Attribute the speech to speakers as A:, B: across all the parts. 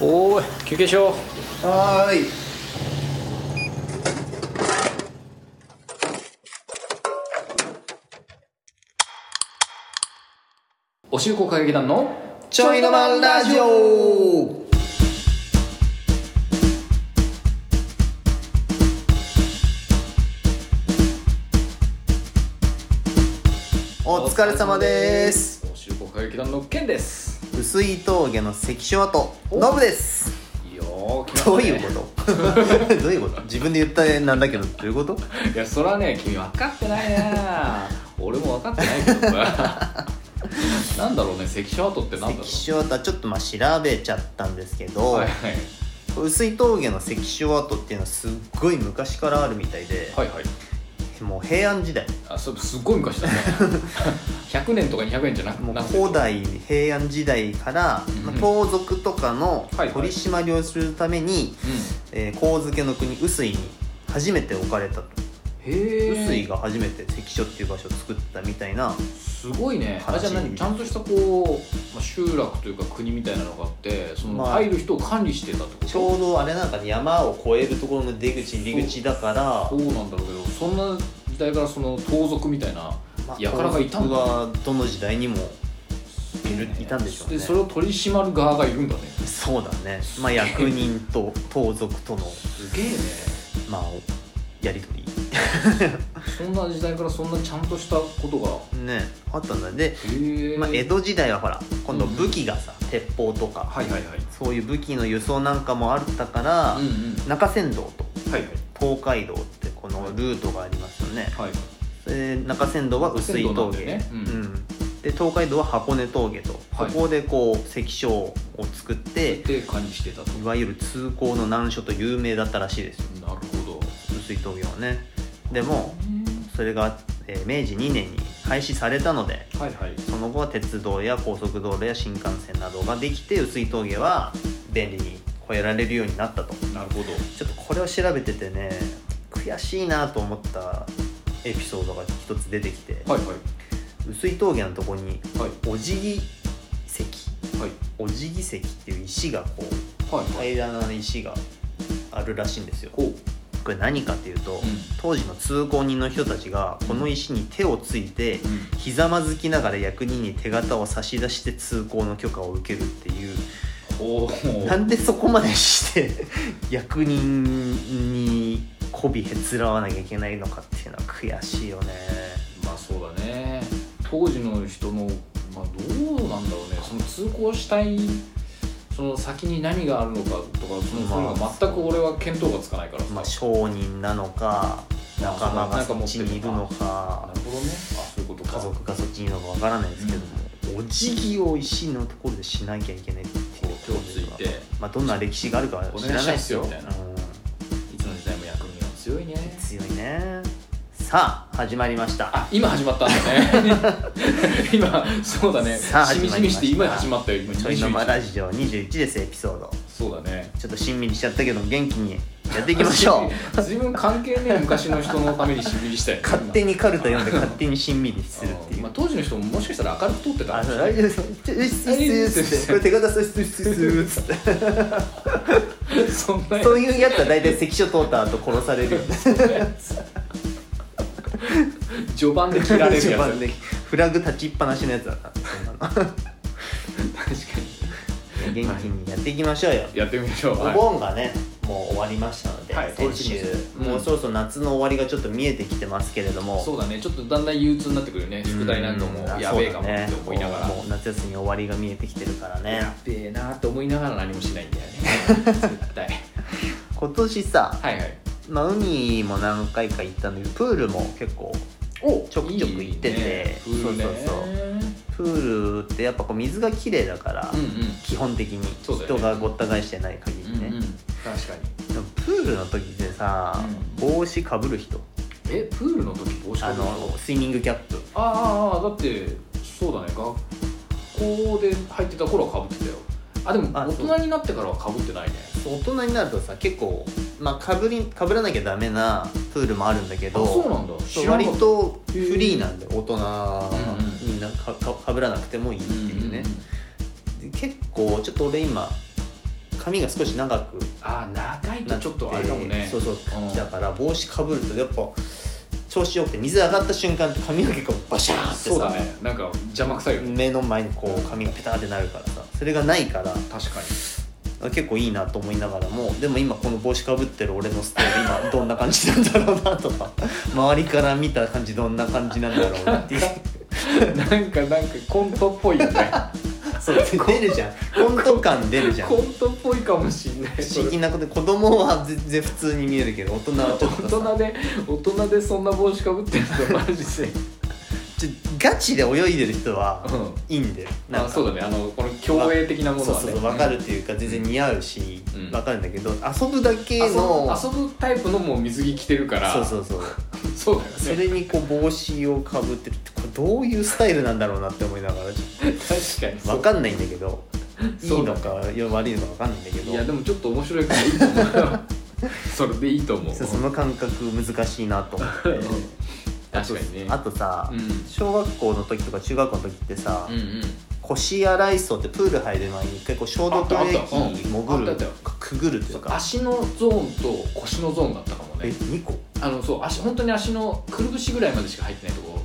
A: おーい休憩しよう
B: はーい
A: おしるこ歌劇団の
B: ちょいのまんラジオお疲れ様です
A: おしるこ歌劇団のケンです
B: 薄い峠の関所跡ノブです
A: いいよー
B: どういうこと どういうこと自分で言った絵なんだけどどういうこと
A: といやそれはね君分かってないね 俺も分かってないけどさなんだろうね関所跡ってなんだろ
B: 関
A: う
B: 所跡はちょっとまあ調べちゃったんですけど、
A: はいはい
B: 薄い峠の関所跡っていうのはすっごい昔からあるみたいで、
A: はいはい
B: もう平安時代
A: あそれすっごい昔 だね100年とか200年じゃなく
B: もう
A: なくて
B: 古代平安時代から、まあ
A: うん
B: 盗賊とかの
A: はいはい
B: 取り締まりをするために、えー神漬けの国臼井に初めて置かれたと
A: うん、へえ
B: 臼井が初めて関所っていう場所を作ったみたいな
A: すごいねあ
B: 話
A: じゃあ何ちゃんとしたこう、まあ、集落というか国みたいなのがあってその
B: まあ
A: 入る人を管理してたってこと
B: ちょうどあれなんかね山を越えるところの出口入り口だから
A: そうなんだろうけどそんな時代からその盗賊みたいな輩がいたんだ
B: 盗賊はどの時代にもいるいたんでしょうね
A: でそれを取り締まる側がいるんだね
B: そうだねまあ役人と盗賊との
A: すげえね
B: まあやり取
A: そんな時代からそんなちゃんとしたことが
B: りねあったんだで、
A: へえ
B: まあ、江戸時代はほら今度
A: うん
B: 武器がさ鉄砲とか、
A: はいはいはい
B: そういう武器の輸送なんかもあったから、
A: うんうん
B: 中山道と
A: はいはい
B: 東海道ってこのルートがありますよね、
A: はい
B: で中山道は薄い
A: 中山道なん
B: 峠
A: だよね
B: う
A: うんん
B: で東海道は箱根峠と、
A: はい
B: ここでこう関所を作って
A: で管理してたと
B: いわゆる通行の難所と有名だったらしいですよ
A: なるほど
B: 薄い峠はねでもそれが、えー明治2年に廃止されたので
A: はいはい
B: その後は鉄道や高速道路や新幹線などができて薄い峠は便利に越えられるようになったと
A: なるほど
B: ちょっとこれを調べててね悔しいなと思ったエピソードが一つ出てきて、
A: はいはい
B: 薄い峠のとこに
A: はい
B: お辞儀石
A: はい
B: お辞儀石っていう石がこう
A: はいはい
B: 平らな石があるらしいんですよ
A: こ
B: これ何かっていうと、
A: うん
B: 当時の通行人の人たちがこの石に手をついて、
A: ううん
B: ひざまずきながら役人に手形を差し出して通行の許可を受けるっていう
A: おー
B: なんでそこまでして 役人に媚びへつらわなきゃいけないのかっていうのは悔しいよね
A: まあそうだね当時の人の、まあ、どうなんだろうねその通行したいその先に何があるのかとかその、
B: まあ
A: そういうのが全く俺は見当がつかないからさ、
B: まあ商人なのか仲間がそっちにいるの
A: な
B: か
A: るほどねあそういうことか
B: 家族がそっちにいるのかわからないですけども、お辞儀を石のところでしなきゃいけないっていう
A: こう手をついて
B: まあ、どんな歴史があるかは知らないですよ
A: お願いしますいつの時代も役人は強いね
B: うん、強いねさあ始まりました
A: あ今始まったんだね 今そうだね
B: さあ
A: しみじみして
B: 始
A: 今
B: まりました
A: 始まったよ今
B: ちょいのま
A: 21
B: ラジオ21ですエピソード
A: そうだね
B: ちょっとしんみりしちゃったけど元気にやっていきましょ う
A: 自分関係ねえ昔の人のためにしびりしたい
B: 勝手にカルタ読んで勝手にしんみりするってい
A: ま
B: う
A: あ、当時の人ももしかしたら明るく通ってたかも
B: あ
A: し
B: そう
A: れない
B: 大丈夫ですちょうっすうっすうっすこれ手形すうっすうっすうっすっつって
A: そんなや
B: そういうやつは大体関所通った後殺される
A: つ序盤で切られる
B: 一
A: やつ
B: 番でフラグ立ちっぱなしのやつだったそんなの
A: 確か
B: 元気にやっていきましょうよ
A: にやってみましょう
B: お
A: はい
B: 盆がねもう終わりましたので、
A: はい
B: 先週
A: そうですねうん
B: もうそろそろ夏の終わりがちょっと見えてきてますけれども
A: そうだねちょっとだんだん憂鬱になってくるよね宿題なんかも
B: うん
A: やべえかもって
B: そうだね
A: 思いながら、
B: もうもう夏休み終わりが見えてきてるからね
A: やべえなーって思いながら何もしないんだよね絶対
B: 今年さ、
A: はいはい
B: まあ、海も何回か行ったんだけどプールも結構
A: お
B: ちょくちょく行ってて
A: いいねプールね
B: そうそうそうプールってやっぱこう水がきれいだから、
A: うん
B: 基本的に
A: そうだよ
B: 人
A: ね
B: がごった返してない限りね
A: うん、うんうん確かに
B: でもプールの時でさ、帽子かぶる人
A: えプールの時帽子か
B: あ
A: ぶるの
B: のスイミングキャップ
A: ああああだってそうだね学校で入ってた頃はかぶってたよあでも
B: あ
A: 大人になってからはかぶってないね
B: 大人になるとさ結構、まあ、かぶりかぶらなきゃダメなプールもあるんだけ
A: あそう
B: ど
A: なんだ
B: そう
A: 知らな
B: 割
A: かった
B: とフリーなんで大人
A: うん
B: みんなかかかぶらなくてもいいっていうね、で結構ちょっと俺今髪が少し長く
A: あー長い
B: な
A: とちょっとあれかもね
B: そうそう、
A: ん
B: だから帽子かぶるとやっぱ調子よくて水上がった瞬間って髪の毛がバシャーンって
A: そう
B: さ、
A: だねなんか邪魔くさいよね
B: 目の前にこう髪がペターってなるからさそれがないから
A: 確かに
B: 結構いいなと思いながらもでも今この帽子かぶってる俺のスタイル今どんな感じなんだろうなとか 周りから見た感じどんな感じなんだろう なっていう
A: なんかなんかコントっぽいよね
B: そう出るじゃんコント感出るじゃん
A: コ
B: 不
A: ントっぽいかもしんない
B: 思議なことで子供は全然普通に見えるけど大人はちょっ
A: 大
B: とさ
A: 人で大人でそんな帽子かぶってるのマジ で、
B: ちょガチで泳いでる人は
A: うん
B: いいんだよなん
A: あ
B: か
A: そうだねあのこの競泳的なもの
B: そう
A: は
B: そう
A: ね
B: そう分かるっていうか全然似合うし、
A: うん
B: 分かるんだけど遊ぶだけ
A: 遊ぶ
B: の
A: 遊ぶタイプのもう水着着てるから
B: そうそうそう
A: そうだよね
B: それにこう帽子をかぶってるってこれどういうスタイルなんだろうなって思いながらちょっ
A: 確かに
B: と
A: そう
B: 分かんないんだけどい
A: そ
B: いう
A: だ
B: の
A: ね
B: か悪いのか分かんないんだけど
A: いやでもちょっと面白いからいいと思うよそれでいいと思う
B: そうその感覚難しいなと思って
A: うん確かにね
B: あとさ、
A: うん
B: 小学校の時とか中学校の時ってさ、
A: うんうん
B: 腰洗い層ってプール入る前に一回こう消毒液
A: あったあったうん
B: 潜
A: あ
B: る
A: ったあっ
B: くぐるというか
A: 足のゾーンと腰のゾーンだったかも
B: え
A: ね
B: 二個
A: あのそう足本当に足のくるぶしぐらいまでしか入ってないとこを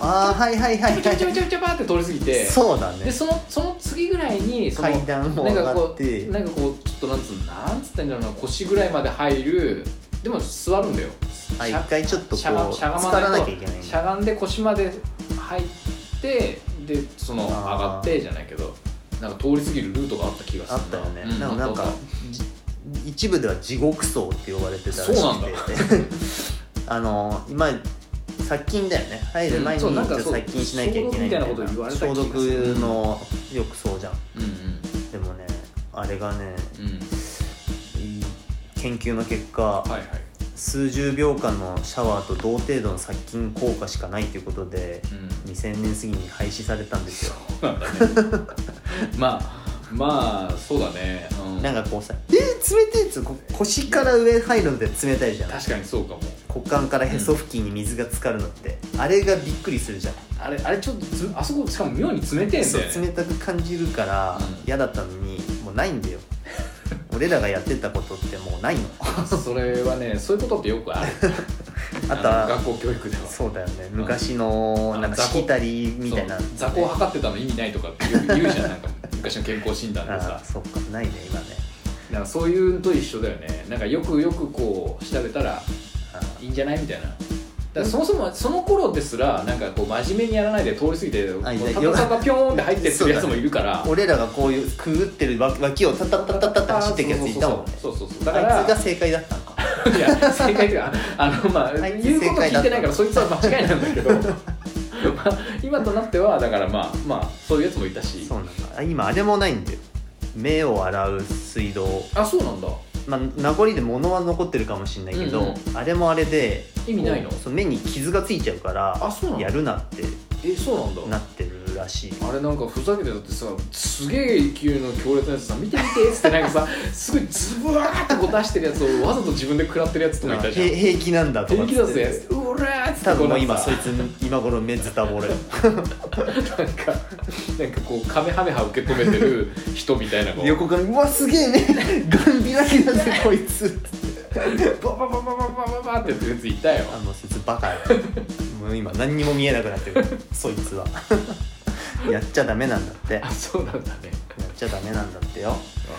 B: ああはいはいはいはい
A: ちょびちょびちょびちょびちょびって通り過ぎて
B: そうだね
A: でそのその次ぐらいにその
B: 階段を
A: な
B: 上
A: んか
B: が
A: こ
B: っ
A: う
B: て
A: なんかこうちょっとなんつうのなんつったんだろうな腰ぐらいまで入るでも座るんだよ
B: あ
A: し
B: 一
A: ゃ
B: 回ちょっとこう
A: しゃがしゃがま
B: 浸
A: な
B: らないき
A: と
B: ゃいけないん
A: し
B: だ
A: ゃがんで腰まで入ってでその上
B: あー
A: がってじゃないけどなんか通り過ぎるルートがあった気がす
B: あ
A: る
B: ったよね、
A: う
B: なんかなんか
A: あっ
B: じ一部では地獄層って呼ばれてたらしくて
A: そうなんだ
B: あの今殺菌だよね入る前にち
A: う
B: ょ
A: んそうなん
B: っ
A: か
B: と
A: そう
B: 殺菌しなきゃいけないみたいな
A: 消毒みたいなこと言われた気
B: 消
A: が
B: 毒
A: する
B: の浴槽じゃん
A: たうん
B: でもねあれがね
A: うんうん
B: いい研究の結果、
A: はいはい
B: 数十秒間のシャワーと同程度の殺菌効果しかないということで
A: うん
B: 2000年過ぎに廃止されたんですよ
A: そうなんだねまあまあそうだね、うん、
B: なんかこうさ「えー、冷てえ」っつうこ腰から上入るのって冷たいじゃん
A: 確かにそうかも
B: 股間からへそ付近に水が浸かるのって、あれがびっくりするじゃん、
A: あれあれちょっとつあそこしかも妙に冷てえん
B: そう
A: だよ
B: 冷
A: ね
B: たく感じるから
A: うん
B: 嫌だったのにもうないんだよ俺らがやってたことってもうないの
A: それはねそういうことってよくある
B: あと
A: の
B: は
A: 学校教育では
B: そうだよね昔のなんか
A: あの雑魚
B: しきたりみたいな
A: そう雑魚を測ってたの意味ないとかってよく言うじゃんなんか昔の健康診断で
B: あ
A: さ
B: あそうかないね今ね
A: なんかそういうのと一緒だよねなんかよくよくこう調べたら
B: ああ
A: いいんじゃないみたいなだからそもそもその頃ですらなんかこう真面目にやらないで通り過ぎて
B: あい
A: こ
B: な
A: う
B: い
A: タタタタピョーンって入ってってるやつもいるから
B: 俺らがこういうくぐってるわ脇をタタタタタって走ってくやついたもんね
A: そうそうそうだ
B: あ
A: か
B: いつ
A: ら
B: が正解だったのか
A: いや正解というかあのまあ
B: あいつ
A: 言うこと
B: 正
A: 聞
B: 解だった
A: いてないからそいつは間違いなんだけどまあ今となってはだからまあまあそういうやつもいたし
B: そうなんだあ今あれもないんだよ目を洗う水道
A: あそうなんだ
B: まあ、名残で物は残ってるかもしれないけど、
A: うん
B: あれもあれで
A: 意味ないの
B: こうそう目に傷がついちゃうから
A: あそうなの
B: やるなって
A: えそうなんだ
B: なってるらしい
A: あれなんかふざけてたってさすげえ勢いの強烈なやつさ見て見てっつってなんかさすごいズブワーってこう出してるやつをわざと自分で食らってるやつとかいたじゃん
B: へ平気なんだとか
A: 平
B: っつ
A: 気
B: って
A: だぜうらーっつって
B: 多分
A: こ
B: もう
A: な
B: 今
A: んか
B: そいつ今頃目ズタボ れ
A: なんかなんかこうカメハメハ受け止めてる人みたいなこう
B: 横から「うわすげえ 目ガン開きだぜこいつ
A: ババババババババってやってるやついたよ」
B: あもうそいつバカよもう今何にも見えなくなってるそいつは やっちゃダメなんだってや
A: あそうなんだね
B: っちゃダメなんだってよ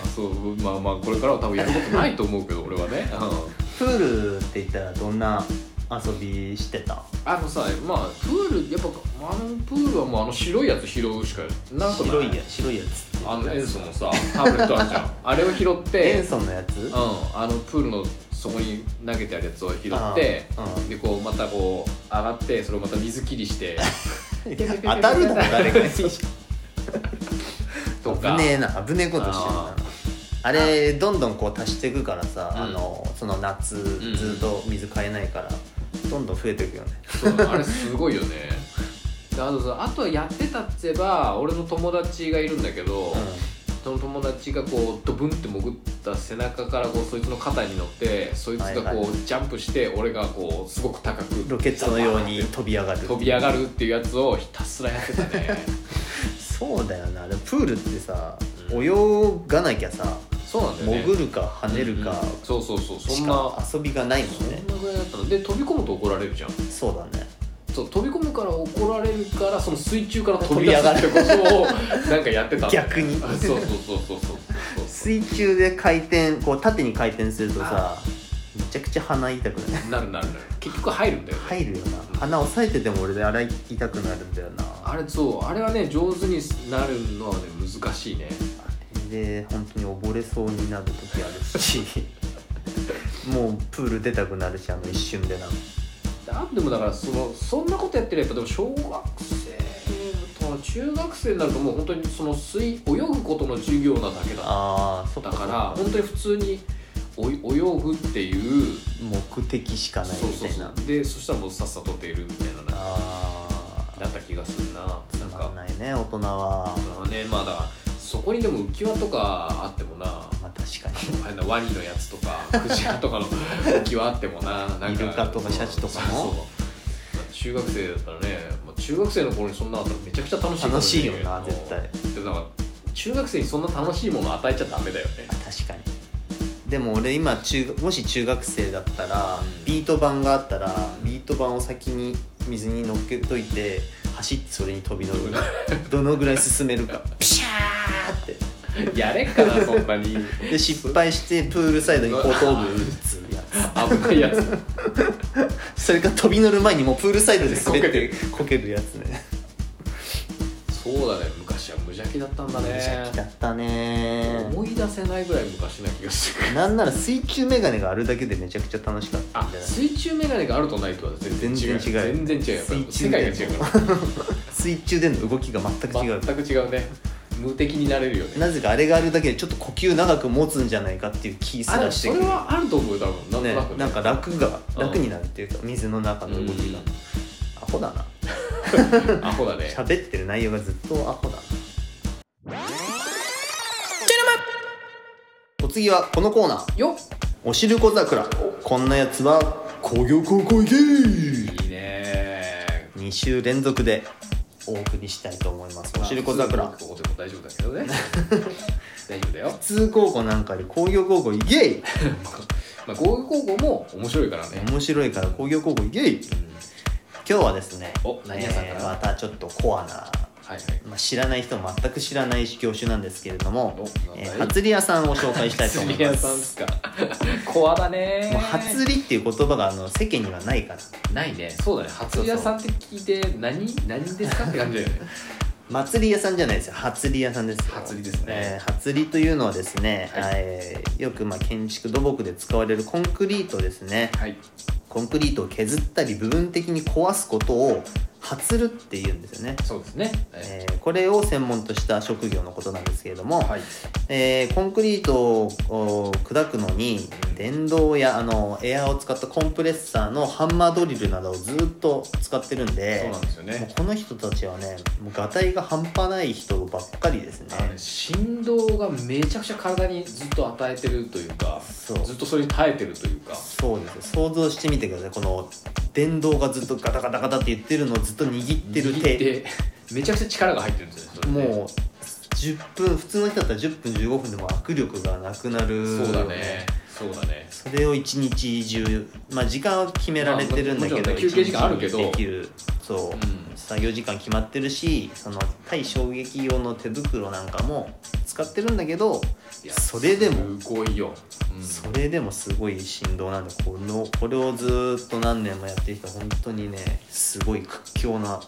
A: あそうまあまあこれからは多分やることないと思うけど俺はね、うん
B: プールって言ったらどんな遊びしてた
A: あのさまあプールやっぱあのプールはもうあの白いやつ拾うしかなんとない
B: 白いや白いやつって
A: あの塩素のさタブレットあるじゃん あれを拾って
B: 塩素のやつ
A: うん、あのプールの底に投げてあるやつを拾って
B: あーうん
A: でこうまたこう上がってそれをまた水切りして
B: 当たるだろ誰かに
A: とか
B: 危ねえな危ねえことしてる
A: あ
B: なあれどんどんこう足していくからさ、
A: うん
B: あのその夏
A: ん
B: ずっと水変えないから、どんどん増えていくよね
A: そうあれすごいよねであとさあとはやってたっつえば俺の友達がいるんだけど、
B: う
A: その友達がこうドブンって潜った背中からこうそいつの肩に乗ってそいつが
B: はい
A: こ
B: は
A: うジャンプして俺がこうすごく高く
B: んロケットのように飛び上がる
A: 飛び上がるっていうやつをひたすらやってたね
B: そうだよなでもプールってさ、
A: うん
B: 泳がなきゃさ
A: そうなんだよね
B: 潜るか跳ねるか
A: うんそうそうそうそ
B: し
A: んな
B: か遊びがないも
A: そ
B: んね
A: んなぐらいだったらで飛び込むと怒られるじゃん
B: そうだね
A: そう飛び込むから怒られるからその水中から飛
B: 飛
A: び
B: び
A: 出
B: 上
A: す
B: が
A: っ
B: る
A: てことをなんかやってたんだよね
B: 逆に
A: あそうそうそうそうそうそうそう
B: 水中で回転こう縦に回転するとさめちゃくちゃ鼻痛くない
A: なるなるなる結局入るんだよね
B: 入るよな鼻押さえてても俺で洗い痛くなるんだよな
A: あれそうあれはね上手になるのはね難しいね
B: で本当に溺れそうになる時あ るしもうプール出たくなるしあの一瞬でな
A: なんでもだからそのそんなことやってればやっぱでも小学生とか中学生になるともう本当にその水泳ぐことの授業なだけだ
B: ああそっ
A: だか
B: か
A: ら本当に普通におい泳ぐっていう
B: 目的しかない
A: そう
B: みた
A: そう
B: い
A: そ
B: な
A: うでそしたらもうさっさと出るみたいなな
B: あ
A: だった気がするなな
B: あ
A: ん
B: つま
A: か
B: んないね大人は
A: まあねまあだからそこにでも浮き輪とかあってもな
B: まあ確かに
A: あれなワニのやつと かクジラとかの浮き輪あってもななんか
B: イルカとかシャチとかも
A: そうそうまあ中学生だったらね、まあ、中学生の頃にそんなあったらめちゃくちゃ楽しいかも
B: 楽し
A: れ
B: い
A: な
B: よな
A: けど
B: 絶対
A: でもなんか中学生にそんな楽しいもの与えちゃダメだよね
B: 確かにでも俺今中学もし中学生だったら、
A: うん
B: ビート板があったらビート板を先に水に乗っけといて走ってそれに飛び乗 るどのぐらい進めるかピシャーって
A: やれっかなそんな に
B: で失敗してプールサイドに後頭部打つや
A: 危ないやつ
B: つそれか飛び乗る前にもうプールサイドで滑ってこけるやつね
A: そうだね昔は無邪気だったんだ
B: 無邪気だ
A: ね
B: ったね
A: 思い出せないぐらい昔な気がする
B: なんなら水中メガネがあるだけでめちゃくちゃ楽しかった
A: あ
B: んじゃない
A: 水中メガネがあるとないとは全然違う
B: 全然違
A: 全然
B: う
A: 違うやっぱり世
B: 水中
A: 界
B: で
A: が違
B: も
A: うから
B: 水中での動きが全く 違う
A: 全く違うね無敵になれるよね
B: なぜかあれがあるだけでちょっと呼吸長く持つんじゃないかっていう気す
A: あで
B: ら
A: もそ
B: してく
A: れ
B: る
A: はあると思うよ多分
B: ね
A: なんとなくね
B: なんか楽が
A: うん
B: 楽になるっていうか水の中の動きがアホだな
A: うんアホだね
B: 喋ってる内容がずっとアホだなお次はこのコーナー
A: よ
B: 「おしるこ桜」こんなやつは工業高校行け
A: っいいね
B: 2週連続でお送りしたいと思います「おしるこ
A: ま
B: 桜
A: あ」そうでも大丈夫だけ どね大丈夫だよ
B: 普通高校なんかより工業高校行け
A: まあ合格高校も面白いからね
B: 面白いから工業高校行け
A: うん
B: 今日はですね
A: お何屋さんから
B: えーまたちょっとコアな、
A: はいはい
B: まあ、知らない人全く知らない業種なんですけれども
A: お、
B: えー、初利屋さんを紹介したいと思い
A: 釣り
B: ま
A: 屋さんですすかコアだね
B: もう初利っていう言葉があの世間にはないから
A: ないねそうだね初屋さんって聞いて何何ですかって感じだよね
B: 祭り屋さんじゃないですよ初利屋さんですよ
A: 初利ですね
B: えー初利というのはですね、
A: はい
B: えーよくまあ建築土木で使われるコンクリートですね
A: はい
B: コンクリートを削ったり部分的に壊すことを初利っていうんですよね、
A: そうですねはい
B: えーこれを専門とした職業のことなんですけれども、
A: はい
B: えーコンクリートをお砕くのに電動やあのエアーを使ったコンプレッサーのハンマードリルなどをずっと使ってるん
A: そう
B: で
A: なんですよ
B: も
A: ね
B: うこの人たちはねもうがたいが半端ない人ばっかりですね
A: あのね振動がめちゃくちゃ体にずっと与えてるというか
B: そう
A: ずっとそれに耐えてるというか
B: そうですよ想像してみてくださいこの電動がずっとガタガタガタって言ってるのをずっと握ってる
A: 握っ
B: 手
A: てめちゃくちゃ力が入ってるんですよねそれね
B: もう10分普通の人だったら10分15分でも握力がなくなる
A: そうだ
B: よ
A: ねそうだね
B: それを一日中、まあ、時間は決められてるんだけ
A: ま
B: ど、
A: あもちろんね休憩時間あるけど
B: 一日にできるそ
A: う
B: う、
A: ん
B: 作業時間決まってるしその対衝撃用の手袋なんかも使ってるんだけど
A: いや
B: それでも
A: すごいよ、うん
B: それでもすごい振動なんでこのこれをずーっと何年もやってきた本当にねすごい屈強な、
A: あのね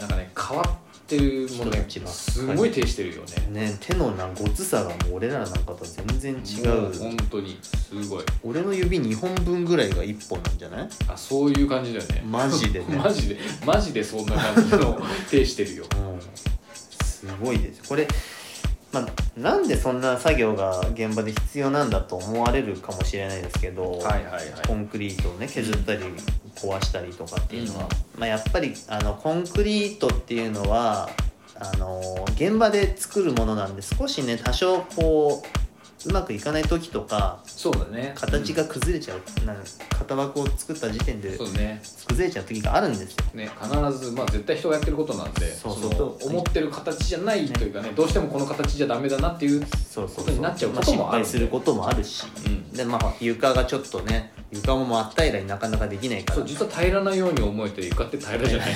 A: なんかね変わってるものね
B: 人たちばっかり
A: すごい呈してるよね
B: ね、手のなごつさがもう俺らなんかとは全然違
A: も本
B: う
A: 当にすごい
B: 俺の指2本分ぐらいが1本なんじゃない
A: あそういう感じだよね
B: マジ でね
A: マジでマジでそんな感じ の呈してるよ
B: うんすごいですこれ、まあ、なんでそんな作業が現場で必要なんだと思われるかもしれないですけど、
A: はいはいはい
B: コンクリートをね削ったり壊したりとかっていうのは、まあ、やっぱりあのコンクリートっていうのはあの現場で作るものなんで少しね多少こううまくいかない時とか
A: そうだね
B: 形が崩れちゃう、なん型枠を作った時点
A: うん
B: で
A: そうね
B: 崩れちゃう時があるんですよ
A: ね必ずまあ絶対人がやってることなんで
B: そうそう
A: の思ってる形じゃないというかねどうしてもこの形じゃダメだなっていう
B: そう
A: こ
B: そう
A: と
B: そう
A: になっちゃう
B: まあ
A: こと
B: 失
A: もある
B: 敗することもあるし
A: うん
B: でまあ床がちょっとね床も真っ平らになかなかできないから
A: そう実は平らなように思えて床って平らじゃない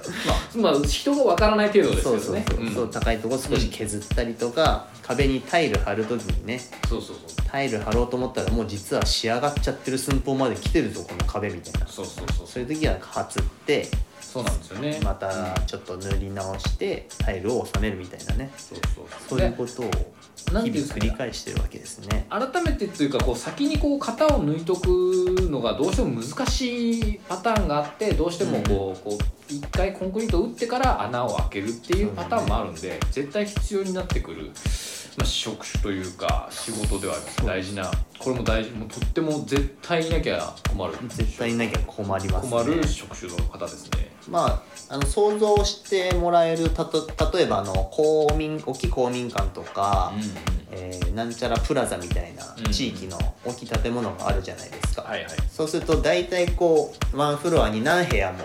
A: まあ、まあ、人がわからない程度ですけ
B: そ
A: ど
B: う
A: ね
B: そうそう,、
A: ん
B: そう高いとこ少し削ったりとか、壁にタイル貼るときにね
A: そうそうそう
B: タイル貼ろうと思ったらもう実は仕上がっちゃってる寸法まで来てるぞこの壁みたいな
A: そうそうそう
B: そういう時は貼つって
A: そうなんですよね
B: ま
A: うん
B: たちょっと塗り直してタイルを収めるみたいなね
A: そうそ
B: そう
A: そう
B: ういう
A: で
B: ことを
A: なんて
B: 日
A: いうんです
B: 々繰
A: か
B: り
A: ね
B: 返してるわけですね
A: 改めてというかこう先にこう型を抜いとくのがどうしても難しいパターンがあってどうしてもこうこう一回コンクリートを打ってから穴を開けるっていうパターンもあるんで絶対必要になってくる、まあ、職種というか仕事ではあります大事なこれも大事もうとっても絶対いなきゃ困る
B: 絶対いなきゃ困りますね
A: 困る職種の方ですね
B: まあ、あの想像してもらえるたと例えばあの公民大きい公民館とか、
A: うんうん
B: えーなんちゃらプラザみたいな
A: うん
B: 地域の大きい建物があるじゃないですか、
A: はいはい、
B: そうすると大体こうワンフロアに何部屋
A: う
B: も、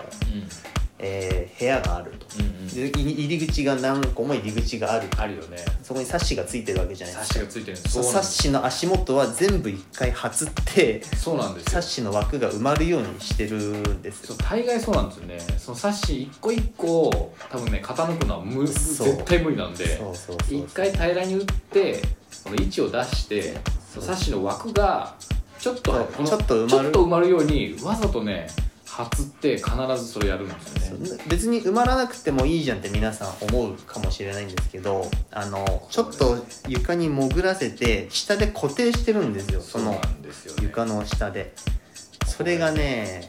B: えー部屋があると、
A: んうんうん、
B: で入入り口が何個も入り口がある
A: あるよね
B: そこにサッシがついてるわけじゃない
A: サッシ
B: ですか
A: がついてるんです
B: そ
A: そうう
B: サ
A: なん
B: ッ
A: です
B: シの足元は全部一回はつって
A: そうなんです
B: サ
A: よ
B: ッシの枠が埋まるようにしてるんです
A: そ
B: よ
A: う大概そうなんですよねそのサッシ一個一個を多分ね傾くのは無
B: そう
A: 絶対無理なんで
B: そうそうそう
A: 一回平らに打ってこの位置を出してそ
B: そう
A: うサッシの枠がちょっと
B: そう
A: この
B: ちょっと埋まる
A: ちょっと埋まるようにわざとねはつって必ずそれやるんですよね
B: 別に埋まらなくてもいいじゃんって皆さん思うかもしれないんですけどあのちょっと床に潜らせて下で固定してるんですよそ
A: そう
B: の
A: なんですよね
B: 床の下でそれがね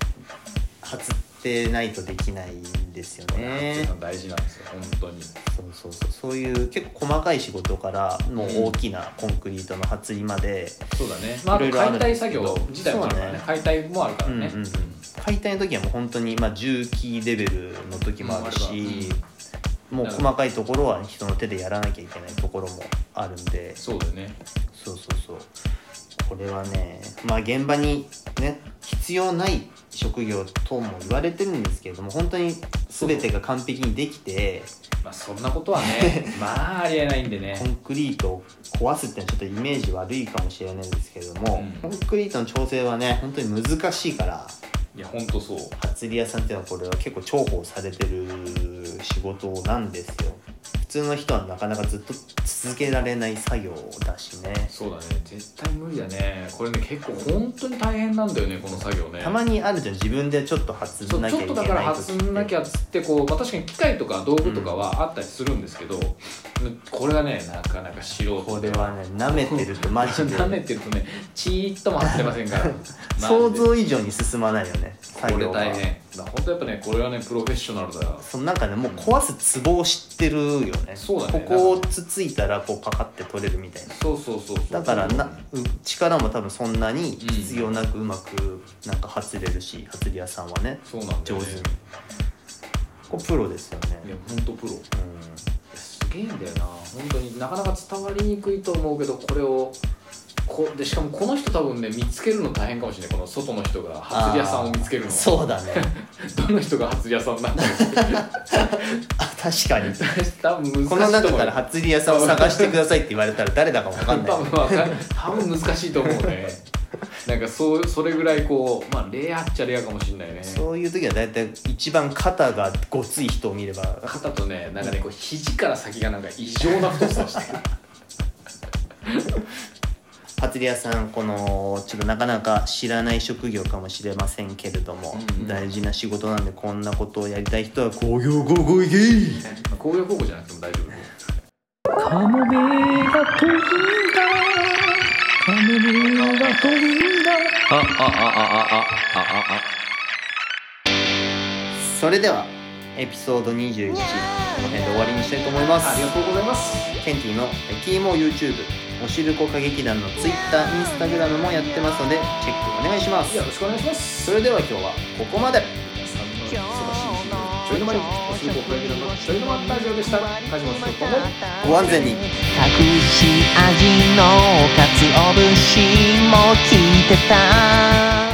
B: 外ってないとできないんですよ
A: ね
B: ね
A: 大事なんですよ本当に
B: そうそうそうそういう結構細かい仕事からもう大きなコンクリートの発りまで、
A: そうだね、まあ、あと
B: いろいろあるん
A: 解体
B: ですけ
A: 作
B: ど
A: 業自体もあるからね
B: そうね
A: 解体もあるからね、
B: うんうんうん解体の時はもう本当にまあ重機レベルの時もある
A: うんある
B: し
A: わ、
B: もう細かいところは人の手でやらなきゃいけないところもあるんで
A: そうだよね
B: そうそうそうこれはねまあ現場にね必要ない職業とも言われてるんですけれども本当に全てが完璧にできて
A: まあそんなことはね まあありえないんでね
B: コンクリートを壊すってのはちょっとイメージ悪いかもしれないんですけれども、
A: うん
B: コンクリートの調整はね本当に難しいから
A: いや本当そう
B: 祭り屋さんっていうのはこれは結構重宝されてる仕事なんですよ普通の人はなかなかずっと続けられない作業だしね
A: そうだね絶対無理だねこれね結構本当に大変なんだよねこの作業ね
B: たまにあるじゃん自分でちょっと発
A: そ
B: ん
A: う
B: な
A: ち
B: きゃ
A: ょ
B: い
A: っ
B: け
A: と
B: な
A: だ
B: い
A: から弾んなきゃ
B: 時
A: っつってこう、まあ、確かに機械とか道具とかはあったりするんですけど、これがねなかなか素人
B: これはね舐めてるとマジ で
A: 舐めてるとねちーっとも張ってませんからマジで
B: 想像以上に進まないよね作
A: これ
B: 業が
A: 大変だ本当やっぱねこれはねプロフェッショナルだよ
B: そうなんかねもう壊すツボを知ってるよね
A: そうだね
B: ここをつついたらこうパカって取れるみたいな
A: そうそうそうそう
B: だからなう力も多分そんなに必要なくうまくなんか外れるし、外れ屋さんはね
A: そうなんだよ、
B: 上
A: ね、
B: 手にこれプロですよね
A: いや本当プロすげえんだよな本当になかなか伝わりにくいと思うけどこれをこでしかもこの人多分ね見つけるの大変かもしれないこの外の人が
B: あー
A: 初リ屋さんを見つける
B: う
A: の
B: んそうだね
A: どの人が初リ屋さんなんだろう
B: あ 確かに
A: 多分難しいと思う
B: この中から初リ屋さんを探してくださいって言われたら誰だか分かんな
A: 多
B: い
A: 分わかん多分難しいと思うねなんかそうそれぐらいこうまあレアっちゃレアかもしれないね
B: そういう時は大体一番肩がごつい人を見れば
A: 肩とねなんかねこう肘から先がなんか異常な太さをしてる
B: 初リ屋さんこのちょっとなかなか知らない職業かもしれませんけれども、
A: うんうん
B: 大事な仕事なんでこんなことをやりたい人は工業高校行け
A: 工業高校じゃなくても大丈夫
C: カモメが飛んだカモメが飛んだ
A: あああああああああ
B: それではエピソード21この辺で終わりにしたいと思います
A: ありがとうございます
B: ケンティのキーモ YouTube おしるこ歌劇団の Twitter、Instagram もやってますのでチェックお願いします
A: よろしくお願いします
B: それでは今日はここまで
A: 皆さんの忙しい日々をいの間
D: 今日の
A: にお仕事お届けのちょいの間ラジオでした梶本さんとも
B: ご安全に
D: 隠し味の鰹節も聞いてた